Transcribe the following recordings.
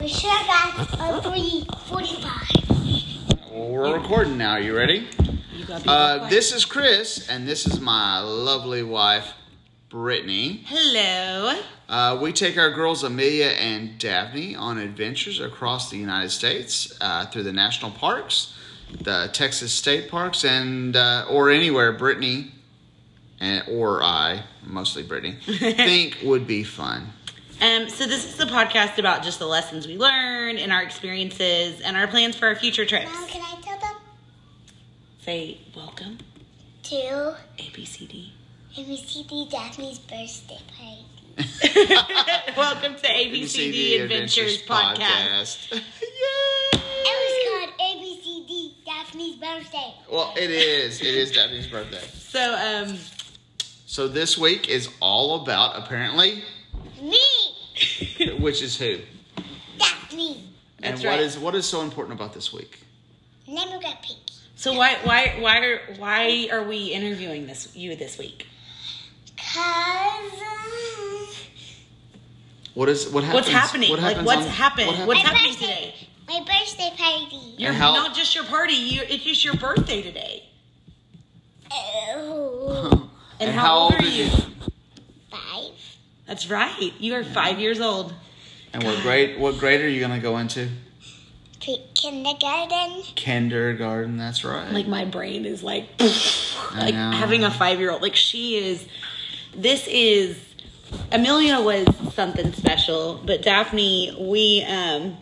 We sure got a 345. Well, we're recording now. You ready? You gotta be Uh, this is Chris, and this is my lovely wife, Brittany. Hello. Uh, we take our girls Amelia and Daphne on adventures across the United States uh, through the national parks, the Texas state parks, and uh, or anywhere Brittany and or I, mostly Brittany, think would be fun. Um, so this is a podcast about just the lessons we learn and our experiences and our plans for our future Mom, trips. can I tell them? Say welcome, Two, A B C D. if we see the Daphne's birthday party. welcome to A B C D Adventures podcast. Yay! It was called ABCD Daphne's birthday. Well, it is. It is Daphne's birthday. So um, So this week is all about apparently, Me, which is who, Daphne. and That's what right. is what is so important about this week? And then we got Pinky. so why why why are why are we interviewing this you this week? Cause um, What is what happens? What's happening? What like happens what's on- happened? what what's My happening birthday. today? my birthday party. You're how- not just your party. You it's just your birthday today. Oh, And, how, old are you? five. That's right. You are five years old. And what grade? What grade are you gonna go into? Pre kindergarten. Kindergarten. That's right. like my brain is like like know. having a five year old like she is this is amelia was something special but daphne we um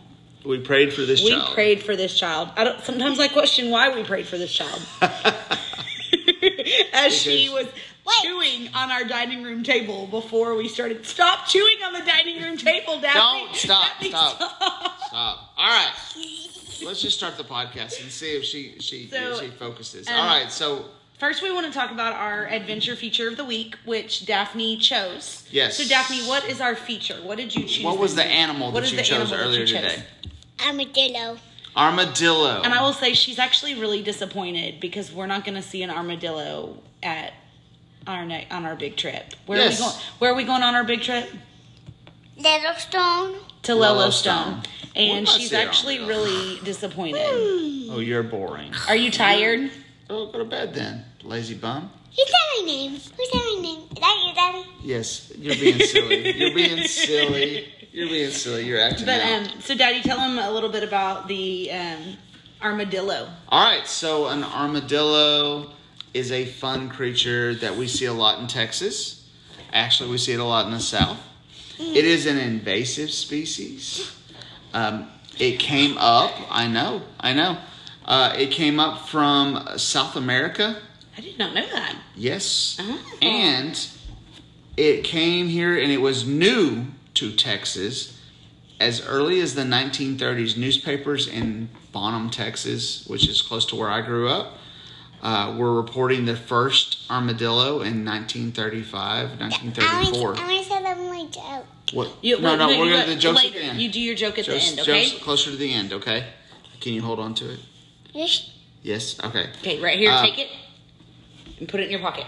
we prayed for this we child. prayed for this child i don't sometimes i question why we prayed for this child as she was Because- chewing on our dining room table before we started stop chewing on the dining room table daphne Don't stop, Daphne, stop. Stop. All right. Let's just start the podcast and see if she she So, she focuses. um, All right. So First, we want to talk about our adventure feature of the week, which Daphne chose. Yes. So, Daphne, what is our feature? What did you choose? what was this the week? animal What that is you the chose animal that earlier you chose? today? Armadillo. Armadillo. And I will say she's actually really disappointed because we're not going to see an armadillo at our ne- on our big trip. Where Yes. are we going? Where are we going on our big trip? Little stone. To Yellowstone. Yellowstone. And We're not she's seeing actually armadillo. really disappointed. Oh, you're boring. Are you tired? Oh, go to bed then, lazy bum. Who's that my name? Who's that my name? Is that your daddy? Yes, you're being silly. You're being silly. You're being silly. You're acting But out. um, so, Daddy, tell him a little bit about the um, armadillo. All right, so an armadillo is a fun creature that we see a lot in Texas. Actually, we see it a lot in the South. It is an invasive species. Um, it came up, I know, I know. Uh, it came up from South America, I did not know that. yes. Oh. And it came here and it was new to Texas as early as the 1930s. Newspapers in Bonham, Texas, which is close to where I grew up, uh, were reporting the first armadillo in 1935, I want 1934. to I want to tell them my joke. What? You, no, wait, no, wait, we're you going got- to the jokes later. at the end. You do your joke at Jokes- the end, okay? jokes closer to the end, okay? Can you hold on to it? You're sh- Yes? Okay. Okay, right here, Uh, take it and put it in your pocket.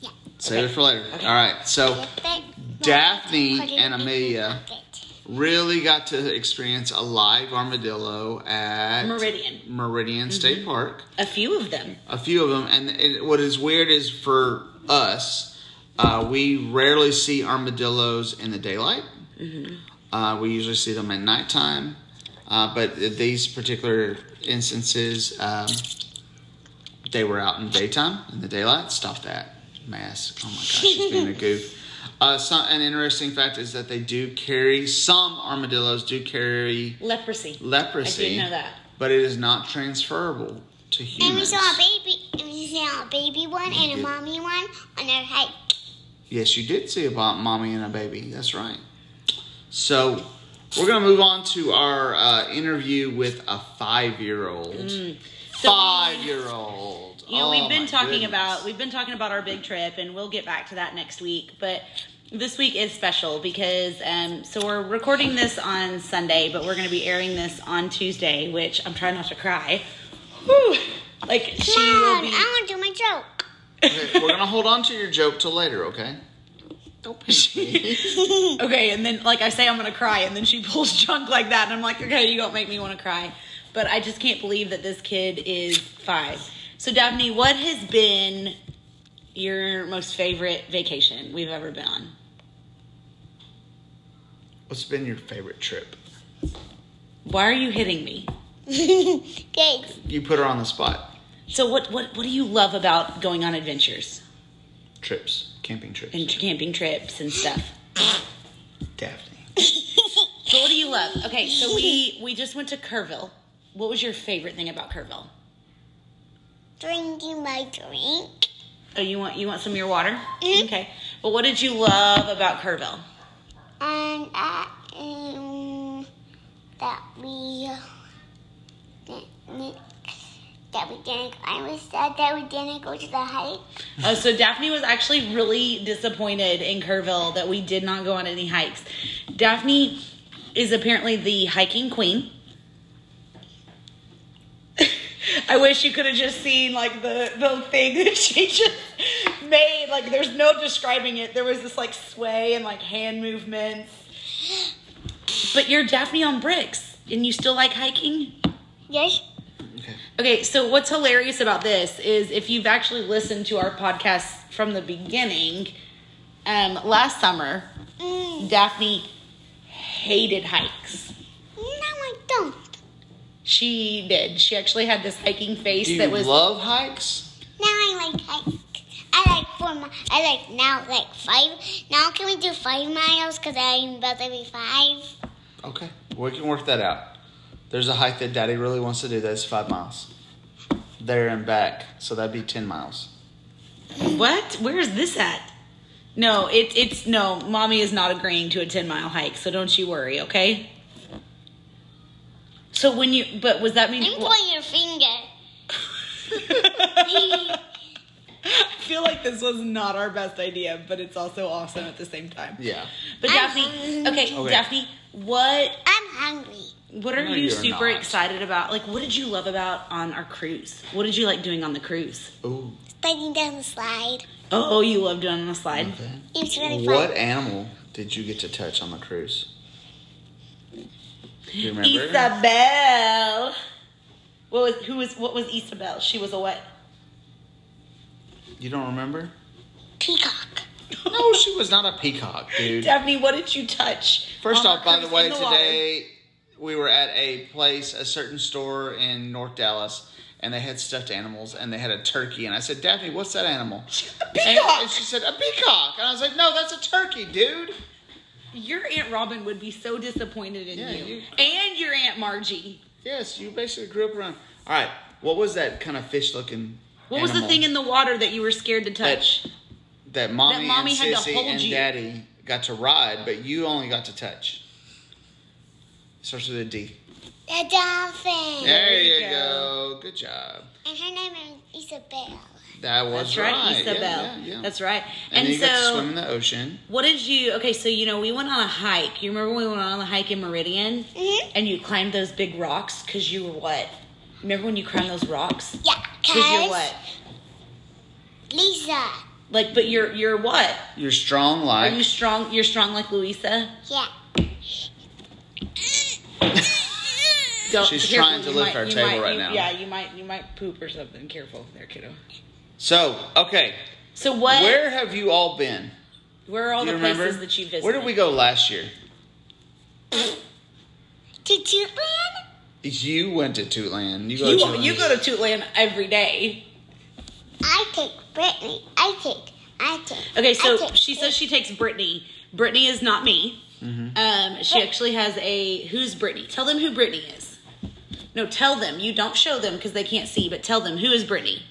yeah. Save it for later. All right. So. Get that. Daphne Put it and in Amelia. your pocket. really got to experience a live armadillo at Meridian. Meridian State Park. A few of them. A few of them, and it, what is weird is for us, uh, we rarely see armadillos in the daylight. Mm-hmm. Uh, we usually see them at nighttime, uh, but in these particular instances, um, they were out in daytime in the daylight. Stop that mask! Oh my gosh, she's being a goof. Uh, some, an interesting fact is that they do carry some armadillos do carry Leprosy. leprosy. I didn't know that. But it is not transferable to humans. And we saw a baby. And we saw a baby one and a did. mommy one on our hike. Yes, you did see about mommy and a baby. That's right. So we're gonna move on to our uh, interview with a five-year-old. Mm. So we- five-year-old. You know, Oh, we've been my talking goodness. about we've been talking about our big trip, and we'll get back to that next week. But this week is special because um, so we're recording this on Sunday, but we're going to be airing this on Tuesday, which I'm trying not to cry. Whew. Like she Mom, will be. I want to do my joke. Okay, we're gonna hold on to your joke till later, okay? Don't push She- okay, and then like I say, I'm gonna cry, and then she pulls junk like that, and I'm like, okay, you don't make me want to cry, but I just can't believe that this kid is five. So Daphne, what has been your most favorite vacation we've ever been on? What's been your favorite trip? Why are you hitting me? Thanks. You put her on the spot. So what what what do you love about going on adventures Trips, camping trips. and camping trips and stuff? Daphne. But what do you love? Okay, so we we just went to Kerrville. What was your favorite thing about Kerrville? Drinking my drink. Oh, you want you want some of your water? Mhm. Okay. But what did you love about Kerrville? And that, um, that we, that we didn't, I was sad that we didn't go to the hike. Oh, so Daphne was actually really disappointed in Kerrville that we did not go on any hikes. Daphne is apparently the hiking queen. I wish you could have just seen like the the thing that she just made. Like there's no describing it. There was this like sway and like hand movements. But you're Daphne on bricks and you still like hiking? Yes? Okay. Okay, so what's hilarious about this is if you've actually listened to our podcast from the beginning, um, last summer, Mm. Daphne hated hikes. No, I don't. She did. She actually had this hiking face Do you that was. love hikes? Now I like hike. I like four. mi- I like now like five. Now can we do five miles? Cause I'm about to be five. Okay. We can work that out. There's a hike that Daddy really wants to do that's five miles. There and back. So that'd be ten miles. what? Where is this at? No, it, it's no. Mommy is not agreeing to a ten mile hike, so don't you worry, okay? So when you, but was that mean? Let me pull your finger. I feel like this was not our best idea, but it's also awesome at the same time. Yeah. But I'm Daphne, hungry. okay, Okay. Daphne, what I'm hungry. what are No, you you're super not. excited about? Like, what did you love about on our cruise? What did you like doing on the cruise? Ooh. Sliding down the slide. Oh, you loved doing on the slide. It was really fun. What animal did you get to touch on the cruise? Do you remember? Isabel. What was who was what was Isabel? She was a what? You don't remember? Peacock. No, she was not a peacock, dude. Daphne, what did you touch? First on our off, by the cruise way, in water? today we were at a place, a certain store in North Dallas, and they had stuffed animals and they had a turkey. And I said, Daphne, what's that animal? And, and she said, a peacock. And I was like, no, that's a turkey, dude. Your Aunt Robin would be so disappointed in Yeah, you. you- And your Aunt Margie. Yes, you basically grew up around. All right, what was that kind of fish looking? What was the thing in the water that you were scared to touch? that mommy, that mommy and had to sissy hold and you? daddy got to ride, but you only got to touch? Starts with a D. The dolphin. There, you you go. go. Good job. And her name is Isabel. That was That's right, Yeah, Isabel. yeah, yeah. That's right. And, And, then you get to so, swim in the ocean. what did you? Okay, so you know we went on a hike. You remember when we went on the hike in Meridian, Mhm. and you climbed those big rocks because you were what? Remember when you climbed those rocks? Yeah. Cause Because you're what? Lisa. Like, but you're you're what? You're strong Are like you strong? You're strong like Louisa. Yeah. Don't- She's careful, trying to you lift our you table might- right you- now. Yeah, you might you might poop or something. Careful there, kiddo. So, okay. So what? Where, Where have you all been? are all Do you the remember? places that you visited? Where did we go last year? To Tootland? You went to Tootland. You go to You, Tootland. you go to Tootland every day. I take Brittany. I take. I take. Okay, I so take she says she takes Brittany. Brittany is not me. Um, she actually has a who's Brittany? Tell them who Brittany is. No, tell them. You don't show them because they can't see, but tell them who is Brittany.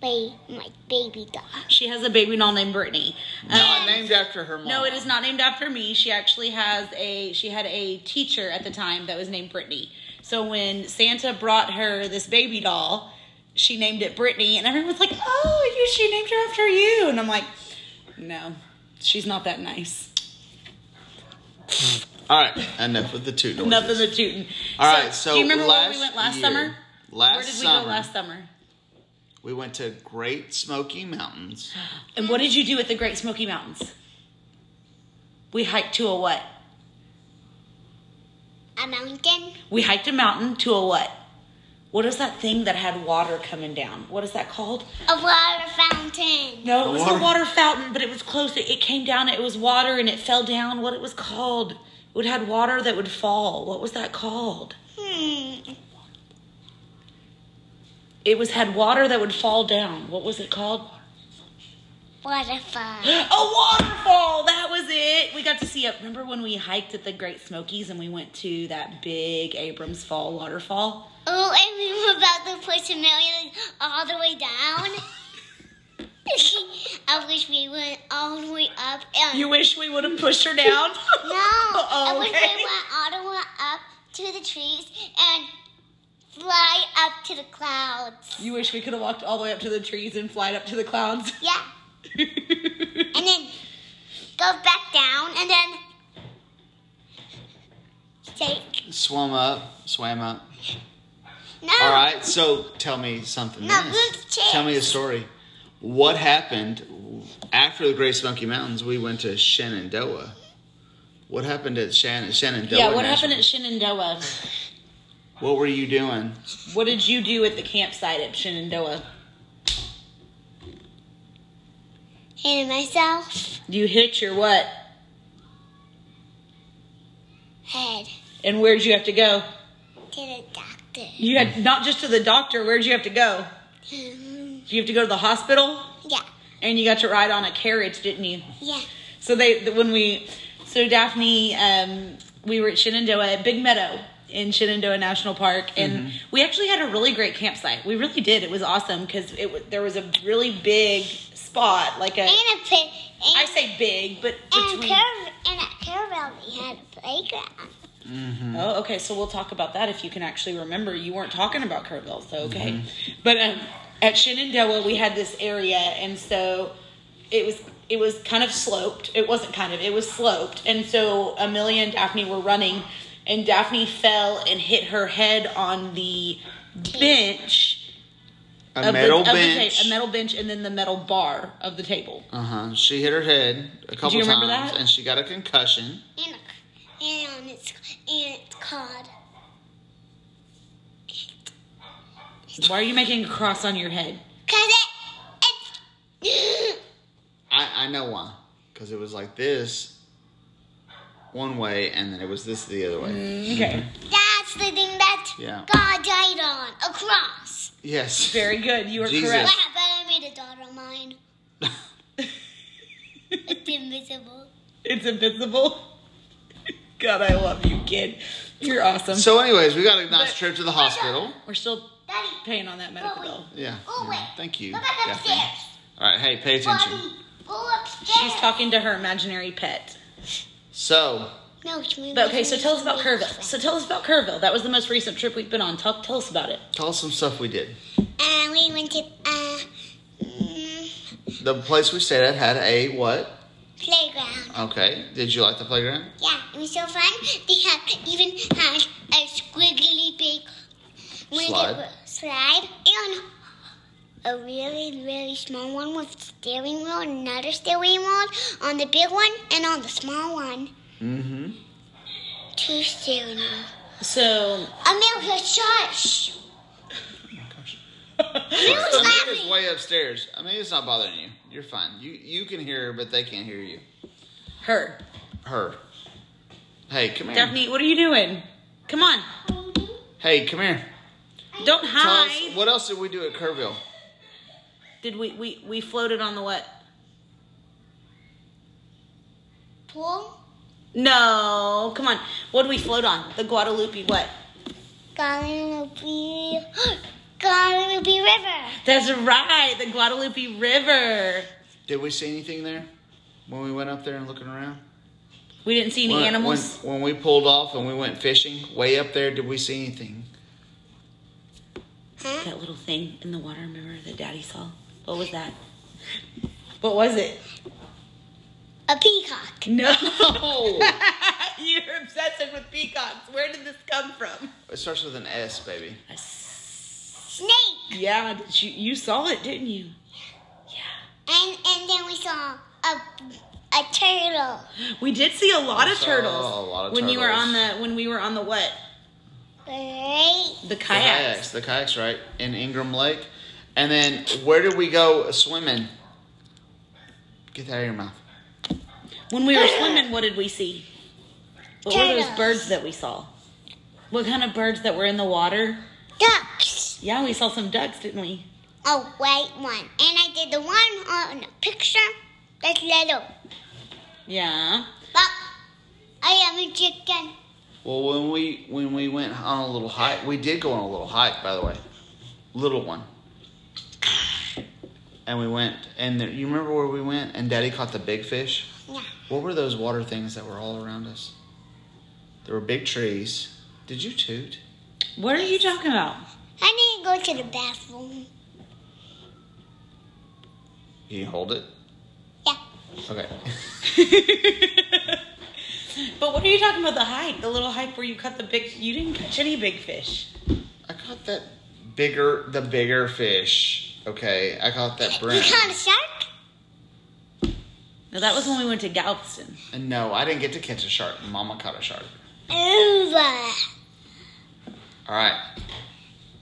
ba- my baby doll. She has a baby doll named Brittany. Um, Not named after her mom. no, it is not named after me. She actually has a she had a teacher at the time that was named Brittany. So when Santa brought her this baby doll, she named it Brittany, and everyone was like, "Oh, you she named her after you," and I'm like, "No, she's not that nice." All right, enough with the toot noises. Enough of the tooting. All right, so do you remember last where we went last year- summer? Last where did we summer, go last summer? we went to Great Smoky Mountains. And what did you do at the Great Smoky Mountains? We hiked to a what? A mountain? We hiked a mountain to a what? What is that thing that had water coming down? What is that called? A water fountain. No, A it was water- a water fountain, but it was close. It, it came down. It was water, and it fell down. What it was called? It would had water that would fall. What was that called? Hmm. It was had water that would fall down. What was it called? Waterfall. A waterfall. That was it. We got to see it. Remember when we hiked at the Great Smokies and we went to that big Abrams Fall waterfall? Oh, and we were about to push a million all the way down. I wish we went all the way up. And You wish we would have pushed her down. no, I wish okay. we went all the way up to the trees and fly up to the clouds. you wish we could have walked all the way up to the trees and flied up to the clouds. Yeah, and then go back down and then take. Swam up, swam up. No, All right, so tell me something. No, nice. good chance. Tell me a story. What happened after the Great Smoky Mountains? We went to Shenandoah. What happened at Shannon, Shenandoah? yeah, what National- happened at Shenandoah? What were you doing? What did you do at the campsite at Shenandoah? and myself You hit your what? head And where'd you have to go? to the doctor. You had not just to the doctor. Where'd you have to go? Yeah, You have to go to the hospital, and you got to ride on a carriage, didn't you? yeah, So they th- when we so Daphne, um, we were at Shenandoah at Big Meadow in Shenandoah National Park, and we actually had a really great campsite. We really did. It was awesome because it w- there was a really big spot, like a and a pit. And I say big, but And between. Carav- and at Caravel we had a playground. Oh, okay. So we'll talk about that if you can actually remember. You weren't talking about Kerrville, so okay. Mm-hmm. But um, at Shenandoah, we had this area, and so it was it was kind of sloped. It wasn't kind of. It was sloped, and so Amelia and Daphne were running, and Daphne fell and hit her head on the bench. A of the- metal of the ta- bench. a metal bench, and then the metal bar of the table. uh huh. She hit her head a couple remember times, that? and she got a concussion. And, and it's and it's called Why are you making a cross on your head? cause it it's I, I know why. Because it was like this one way, and then it was this the other way. Mm. Okay. that's the thing that Yeah. God died on a cross. Yes. Very good. You were Jesus. Wow, correct. but I made a daughter of mine. It's invisible. It's invisible. God, I love you, kid. You're awesome. so, anyways, we got a nice But- trip to the hospital. We're still Daddy, paying on that medical bill. Yeah. Oh, yeah. wait. Thank you. go back Daphne. upstairs. All right. Hey, pay attention. Bobby, go upstairs. She's talking to her imaginary pet. So, No, it's me. But okay, so tell us about Kerrville. So tell us about Kerrville. That was the most recent trip we've been on. Talk, tell us about it. tell us some stuff we did. And we went to uh, mm, The place we stayed at had a what? playground. Okay. Did you like the playground? Yeah, it was so fun. They had even had a squiggly big when Slide. They were, slide and a really really small one with steering wheel, another steering wheel on the big one, and on the small one Mm-hmm. two steering wheels. So Amelia, shush! Oh, Amelia's laughing. way upstairs. Amelia's not bothering you. You're fine. You you can hear her, but they can't hear you. her. Her. Hey, come here. Daphne, what are you doing? Come on. Hey, come here. Don't Tell hide. us, what else did we do at Kerrville? Did we we we floated on the what? Pool, No. Come on. What did we float on? The Guadalupe what? gonna be, gonna be river. That's right, the Guadalupe River. Did we see anything there when we went up there and looking around? We didn't see any when, animals. When, when we pulled off and we went fishing way up there, did we see anything? Huh? That little thing in the water mirror that Daddy saw. What was that? What was it? A peacock. No. You're obsessed with peacocks. Where did this come from? It starts with an S, baby. Snake. Yeah, did you you saw it, didn't you? Yeah. And and then we saw a a turtle. We did see a lot of saw turtles a lot of when you were turtles. on the when we were on the what Right? the The kayaks, kayaks. the kayaks, right in Ingram Lake, and then where did we go swimming? Get that out of your mouth. When we were swimming, what did we see? What were those Turtles. birds that we saw? What kind of birds that were in the water? Ducks. Yeah, we saw some ducks, didn't we? A white one. And I did the one on the picture that's little. Yeah. But I am a chicken. Well, when we when we went on a little hike, we did go on a little hike, by the way, little one. And we went, and there, you remember where we went? And Daddy caught the big fish. Yeah. What were those water things that were all around us? There were big trees. Did you toot? What are you talking about? I need to go to the bathroom. Can you hold it? Yeah. Okay. but what are you talking about? The hike, the little hike where you caught the big. You didn't catch any big fish. I caught that bigger, the bigger fish. Okay, I caught that You brent. caught a shark? No, that was when we went to Galveston. And no, I didn't get to catch a shark. Mama caught a shark. Over. All right.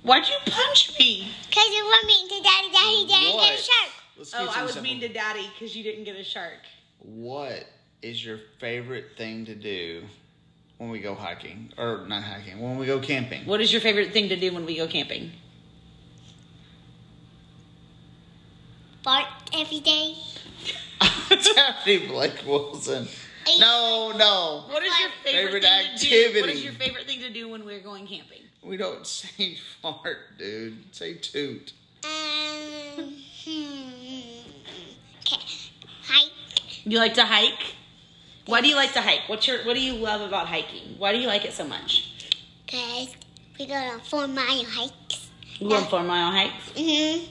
Why'd you punch me? Because you were mean to Daddy Daddy Daddy What? get a shark. Let's keep Oh, I things was simple. mean to Daddy because you didn't get a shark. What is your favorite thing to do when we go hiking? Or not hiking, when we go camping? What is your favorite thing to do when we go camping? Bark every day. Daphne Blake Wilson. No, no. What is your favorite, Favorite thing To do? What activity. is your favorite thing to do when we're going camping? We don't say fart, dude. Say toot. Um, hmm. Okay. Hike. You like to hike? Why do you like to hike? What's your what do you love about hiking? Why do you like it so much? Because we go on four mile hikes. You love four mile hikes. Mm-hmm.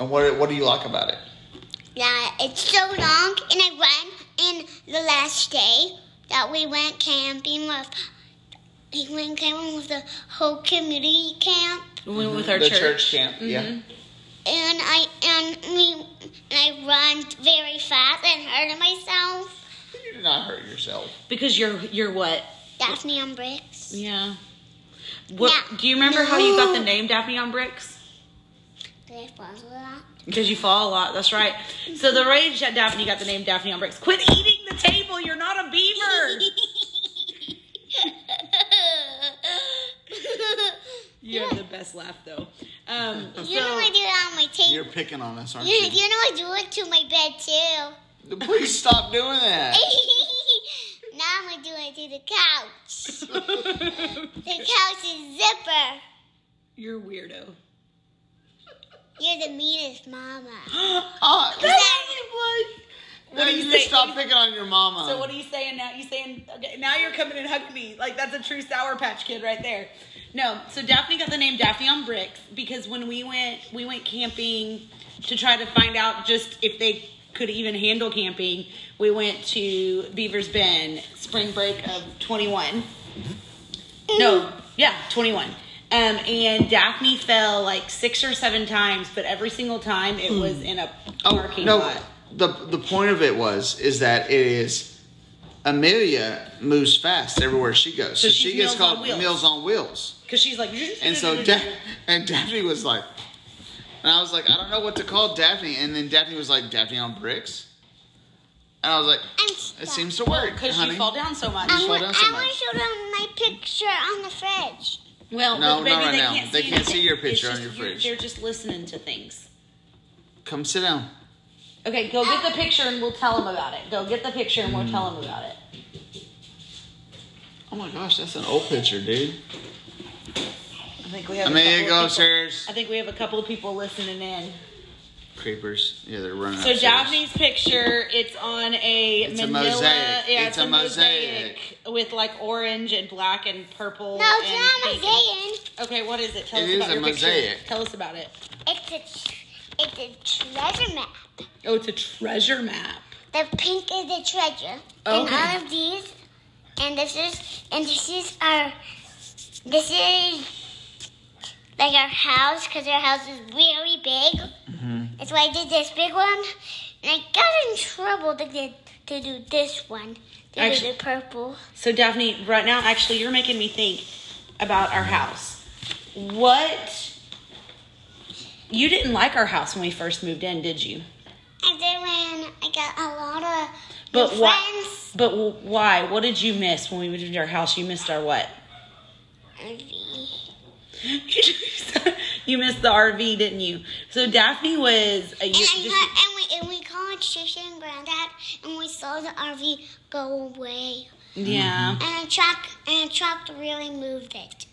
And what, what do you like about it? Yeah, it's so long, and I run. And the last day that we went camping with, we went camping with the whole community camp. We went with our the church. camp, yeah. Mm-hmm. and I and we and I ran very fast and hurt myself. You did not hurt yourself. Because you're you're what? Daphne on bricks. Yeah. What Yeah. do you remember how you got No. the name Daphne on Bricks? Did I fall a lot? Because you fall a lot, that's right. So the rage that Daphne got the name Daphne on Bricks. Quit eating the table, you're not a beaver. You have the best laugh though. Um, you know I do it on my You're table. picking on us, aren't You, you? you know I do it to my bed too. Please stop doing that. now I'm gonna do it to the couch. The couch is zipper. you're a weirdo. You're the meanest mama. Ah, What no, do you you say? Stop picking on your mama. So what are you saying now? You saying okay, now you're coming and hugging me like that's a true Sour Patch Kid right there. No, so Daphne got the name Daphne on Bricks because when we went we went camping to try to find out just if they could even handle camping. We went to Beaver's Bend spring break of 21. No, yeah, 21. Um, and Daphne fell like six or seven times, but every single time Hmm. it was in a parking lot. Oh, The the point of it was is that it is Amelia moves fast everywhere she goes, so, So she's she gets Meals called on Wheels. Meals on Wheels. Because she's like, And so da- and Daphne was like, and I was like, I don't know what to call Daphne, and then Daphne was like, Daphne on bricks, and I was like, I'm it stuck. seems to work, because honey. you fall down so much. I slow want, down so I want much. to show them my picture on the fridge. Well, No, but maybe not right they now. Can't They see can't see anything. your It's picture on just your you're- fridge. They're just listening to things. Come sit down. Okay, go get the picture and we'll tell them about it. Go get the picture and we'll tell them about it. Oh my gosh, that's an old picture, dude. I think we have. a Amelia, couple go of people, upstairs. I think we have a couple of people listening in. Creepers. Yeah, they're running. So upstairs. Daphne's picture, it's on a It's a manila. mosaic. Yeah, It's a mosaic. with like orange and black and purple. No, it's not and pink. Mazayan. Okay, what is it? Tell It us is about a your mosaic. Picture. Tell us about it. It's a, tr- it's a treasure map. Oh, it's a treasure map. The pink is the treasure. Okay. And all of these, and this is, and this is our, this is like Mm-hmm. our house because our house is really big. That's why I did this big one, And I got in trouble to get to do this one. To Actually- do the purple. So Daphne, right now, actually, you're making me think about our house. What? You didn't like our house when we first moved in, did you? And then when I got a lot of new But why? friends, But w- why? What did you miss when we moved into our house? You missed our what? RV. you missed the RV, didn't you? So Daphne was a And, year. I just- got, and we and we called Trisha and Granddad, and we saw the RV go away. yeah. And a truck and a truck really moved it.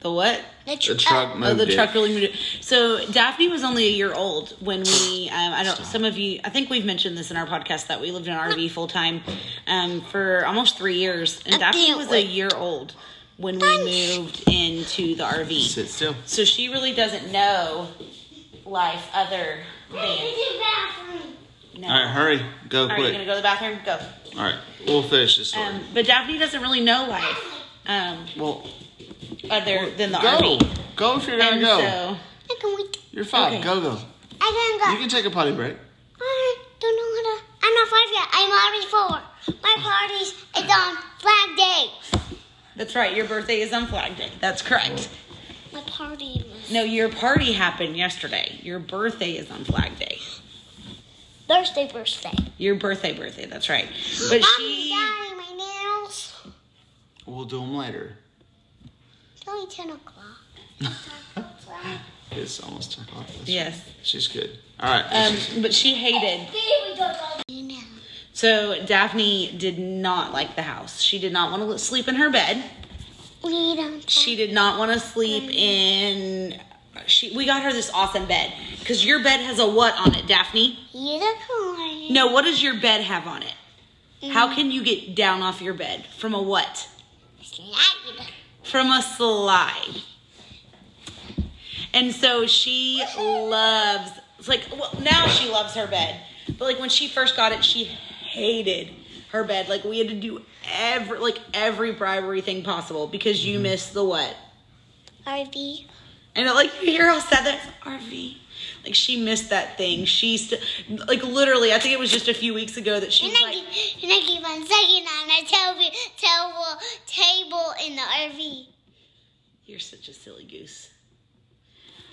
The what? The, tr- The truck uh, moved oh, the it. truck really moved. It. So Daphne was only a year old when we. Um, I don't. Some of you. I think we've mentioned this in our podcast that we lived in an RV full time, um, for almost three years, and I Daphne can't was a wait. year old when we moved into the RV. Sit still. So she really doesn't know life other than. No. All right, hurry. Go Are you quick. gonna go to the bathroom? Go. All right, we'll finish this story. Um, but Daphne doesn't really know life um, well, other than the go. RV. Go if you're gonna And go. so I can we? you're fine. Okay. Go, go. I You can go. can take a potty break. I don't know how to. I'm not five yet. I'm already four. My party's is on Flag Day. that's right. Your birthday is on Flag Day. That's correct. My party was No, your party happened yesterday. Your birthday is on Flag Day. Thursday, birthday. Your birthday, birthday. That's right. But Mommy, she. Daddy, my nails. We'll do them later. It's only ten o'clock. It's almost ten o'clock. That's Yes. right. she's good. All right. Um, but she hated. You know. So Daphne did not like the house. She did not want to sleep in her bed. We don't. She did not want to sleep in. She. We got her this awesome bed because your bed has a what on it, Daphne? Unicorn. No, what does your bed have on it? How can you get down off your bed? From a what? Slide. From a slide. And so she loves, it's like, well, now she loves her bed. But like when she first got it, she hated her bed. Like we had to do every, like every bribery thing possible because you missed the what? RV. And it, like you hear how sad that RV. Like she missed that thing. She st- like literally, I think it was just a few weeks ago that she And was I, like, keep, and I keep on sucking on a table, table, table in the RV. "You're such a silly goose."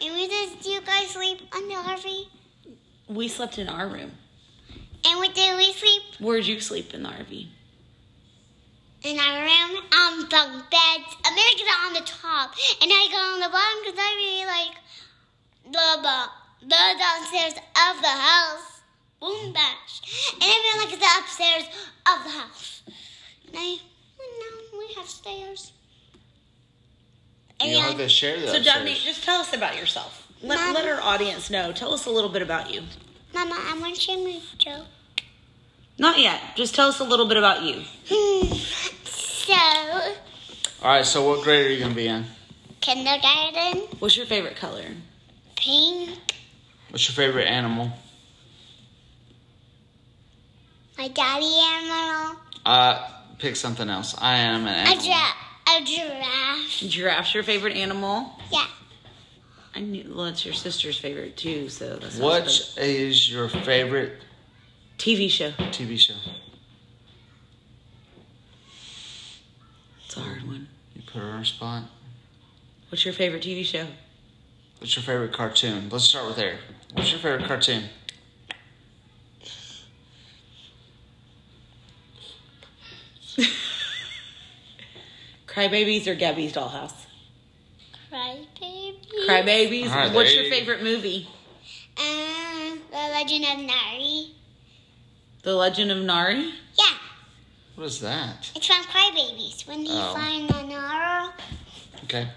And we just, do you guys sleep on the RV? We slept in our room. And we do we sleep Where'd you sleep in the RV? in our room on bunk beds. America on the top, and I go on the bottom because I really like the bu- the downstairs of the house, boom bash, and I really like the upstairs of the house. And I, no, we have stairs. you don't have to share those. So, Daphne, just tell us about yourself. Let, Mom. let our audience know. Tell us a little bit about you. Mama, I want to move, Joe. Not yet. Just tell us a little bit about you. Hmm. so, All right. So, what grade are you gonna be in? kindergarten, What's your favorite color? pink. What's your favorite animal? My daddy animal, Uh, pick something else. I am an a animal. giraffe, a giraffe. Giraffe's your favorite animal. Yeah. I knew. Well, it's your sister's favorite too. So that's What is your favorite TV show? TV show? It's a hard one. You put her on the spot. What's your favorite TV show? What's your favorite cartoon? Let's start with there. What's your favorite cartoon? Crybabies or Gabby's Dollhouse? Cry baby. Crybabies. All right, What's there your you- favorite movie? Uh, the Legend of Nari. The Legend of Nari. Yeah, What is that? it's from Crybabies when he Oh. finds an arrow. Okay.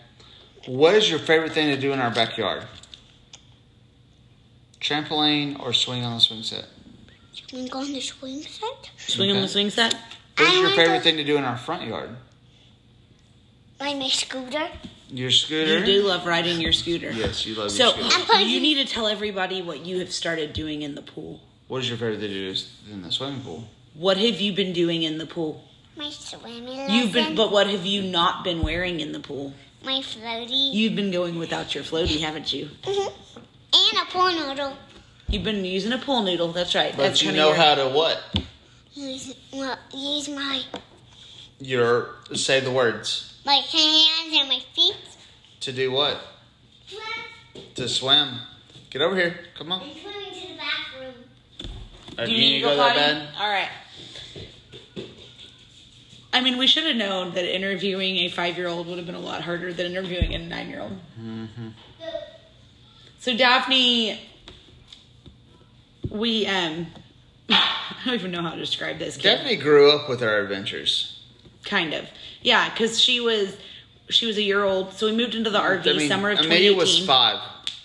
What is your favorite thing to do in our backyard? Trampoline or swing on the swing set? Swing on the swing set. Swing on Okay. the swing set. What is I your like favorite to- thing to do in our front yard? Ride my scooter. Your scooter? You do love riding your scooter. Yes, you love your So scooter. you need to tell everybody what you have started doing in the pool. What is your favorite thing to do in the swimming pool? What have you been doing in the pool? My swimming lesson. You've been, but what have you not been wearing in the pool? my floaty. Mm-hmm. You've been going without your floaty, haven't you? hmm And a pool noodle. You've been using a pool noodle. That's right. But That's you kinda know your- how to what? Use, well, use my Your say the words my hands and my feet. to do what? To swim. Get over here. Come on. I'm swimming to the bathroom. Uh, Do you need to go potty? All right. I mean, we should have known that interviewing a five-year-old would have been a lot harder than interviewing a nine-year-old. Mm-hmm. So Daphne, we um, I don't even know how to describe this. kid. Daphne grew up with our adventures. kind of, yeah, because she was she was a year old, so we moved into the RV I mean, summer of Amelia 2018. was five,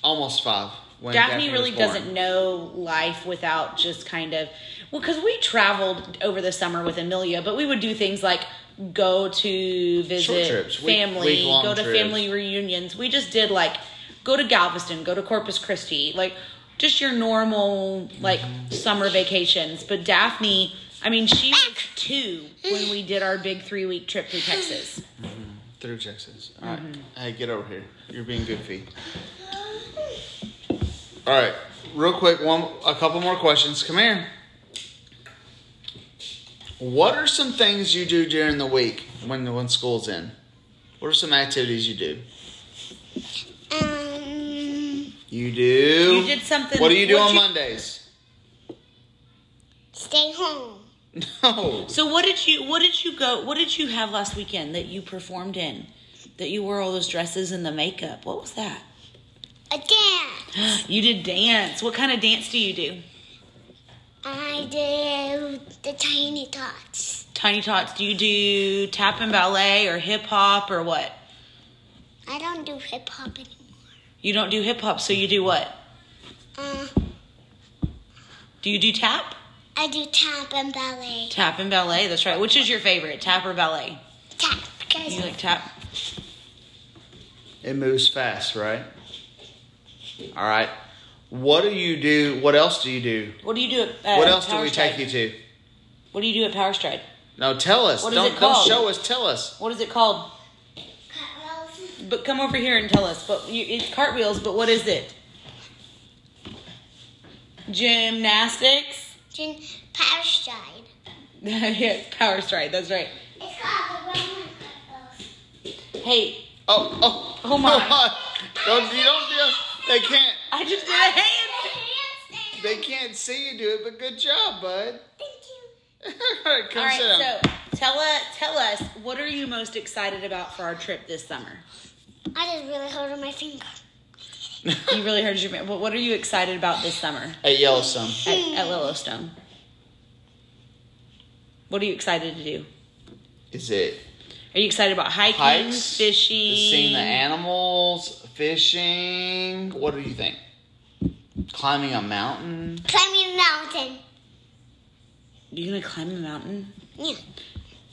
almost five. When Daphne, really was born. doesn't know life without just kind of well, because we traveled over the summer with Amelia, but we would do things like go to visit trips, week- family, week-long go to trips. family reunions. We just did like go to Galveston, go to Corpus Christi, like just your normal like summer vacations. But Daphne, I mean, she was two when we did our big three week trip to Texas. Through Texas. All right. Mm-hmm. Hey, get over here. You're being goofy. All right. Real quick, one a couple more questions. Come here. What are some things you do during the week when when school's in? What are some activities you do? Um, You do. You did something- What do you do what'd on you- Mondays? stay home. No. So what did you what did you go what did you have last weekend that you performed in? That you wore all those dresses and the makeup. What was that? A dance. You did dance. What kind of dance do you do? I do the tiny tots. Tiny tots, do you do tap and ballet or hip hop or what? I don't do hip hop anymore. You don't do hip hop, so you do what? Uh, Do you do tap? I do tap and ballet. Tap and ballet, that's right. Which is your favorite, tap or ballet? Tap because You like tap? It moves fast, right? All right. What do you do? What else do you do? What do you do at uh, what else do Power we Stride? take you to? What do you do at Power Stride? No, tell us. What is don't it don't called? show us. Tell us. What is it called? Cartwheels. But come over here and tell us. But you, it's cartwheels. But what is it? Gymnastics. Gin- power stride. yeah, power stride. That's right. It's called the Roman cartwheels. Hey, Oh, oh, Oh my. Don't you don't do. They can't. I just did a hand. Handstand. They can't see you do it. But good job, bud. Thank you. All right, come All sit down. right. So tell us, tell us, what are you most excited about for our trip this summer? I just really hold on my finger. You really heard your. What what are you excited about this summer At Yellowstone. at, at Yellowstone? What are you excited to do? Is it Are you excited about hiking, hikes, fishing, seeing the animals, fishing? What do you think? Climbing a mountain. Climbing a mountain. You gonna climb the mountain? Yeah.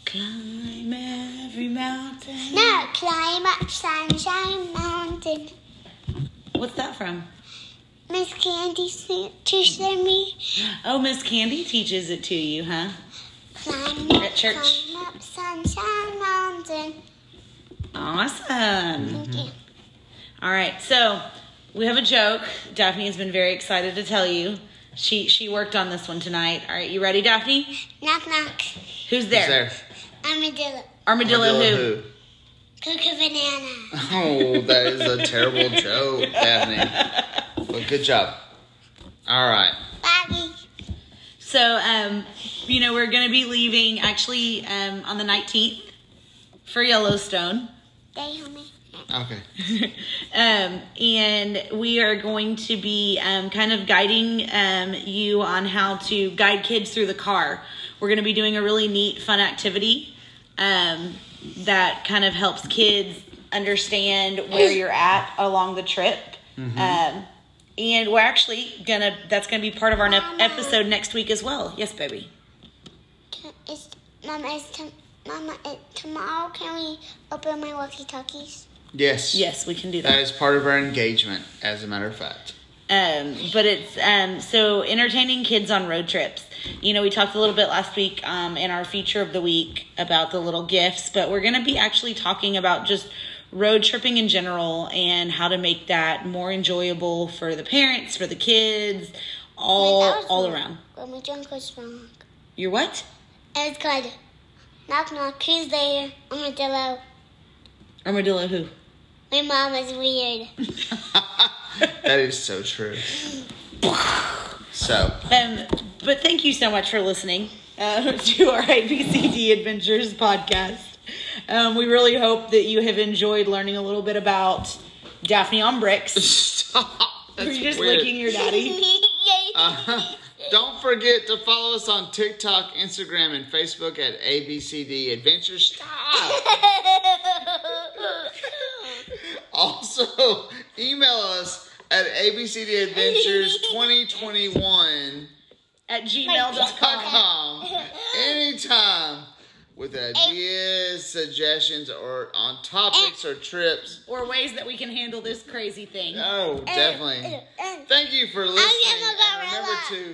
Climb every mountain. No, climb up Sunshine Mountain. What's that from? Miss Candy se- teaches me. Oh, Miss Candy teaches it to you, huh? Climb up, At church. climb up Sunshine Mountain. Awesome. Thank you. All right, so we have a joke. Daphne has been very excited to tell you. She she worked on this one tonight. All right, you ready, Daphne? Knock, knock. Who's there? Is there? Armadillo. Armadillo, who? Armadillo Cuckoo banana. Oh, that is a terrible joke, Daphne. But good job. All right. Bobby. So um, you know we're gonna be leaving actually um on the nineteenth for Yellowstone. Stay homie. Okay. um, and we are going to be um, kind of guiding um, you on how to guide kids through the car. We're going to be doing a really neat, fun activity um, that kind of helps kids understand where you're at along the trip. Um, and we're actually gonna that's gonna be part of our ne- episode next week as well. Yes, baby. Can- Is, Mama, is tom- Mama, it, tomorrow can we open my walkie-talkies? Yes. Yes, we can do that. That is part of our engagement, as a matter of fact. um, but it's um, so entertaining kids on road trips. You know, we talked a little bit last week um, in our feature of the week about the little gifts, but we're going to be actually talking about just road tripping in general and how to make that more enjoyable for the parents, for the kids, all Wait, that was all wrong. around. Well, my junk was wrong. You're what? It's good. Knock knock. Who's there? Armadillo. Armadillo who? My mom is weird. that is so true. So, Um, but thank you so much for listening uh, to our ABCD Adventures podcast. Um, we really hope that you have enjoyed learning a little bit about Daphne on bricks. stop. Were That's you just weird. licking your daddy? Oh, Yay. Don't forget to follow us on TikTok, Instagram, and Facebook at ABCD Adventure Style. Also, email us at abcdadventures2021.com At gmail.com. anytime with ideas, suggestions, or on topics or trips. Or ways that we can handle this crazy thing. Uh, Oh, Eh, definitely. Definitely. Thank you for listening. Uh, I'm eh. a and remember gorilla.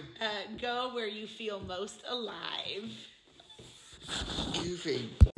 to go where you feel most alive. goofy.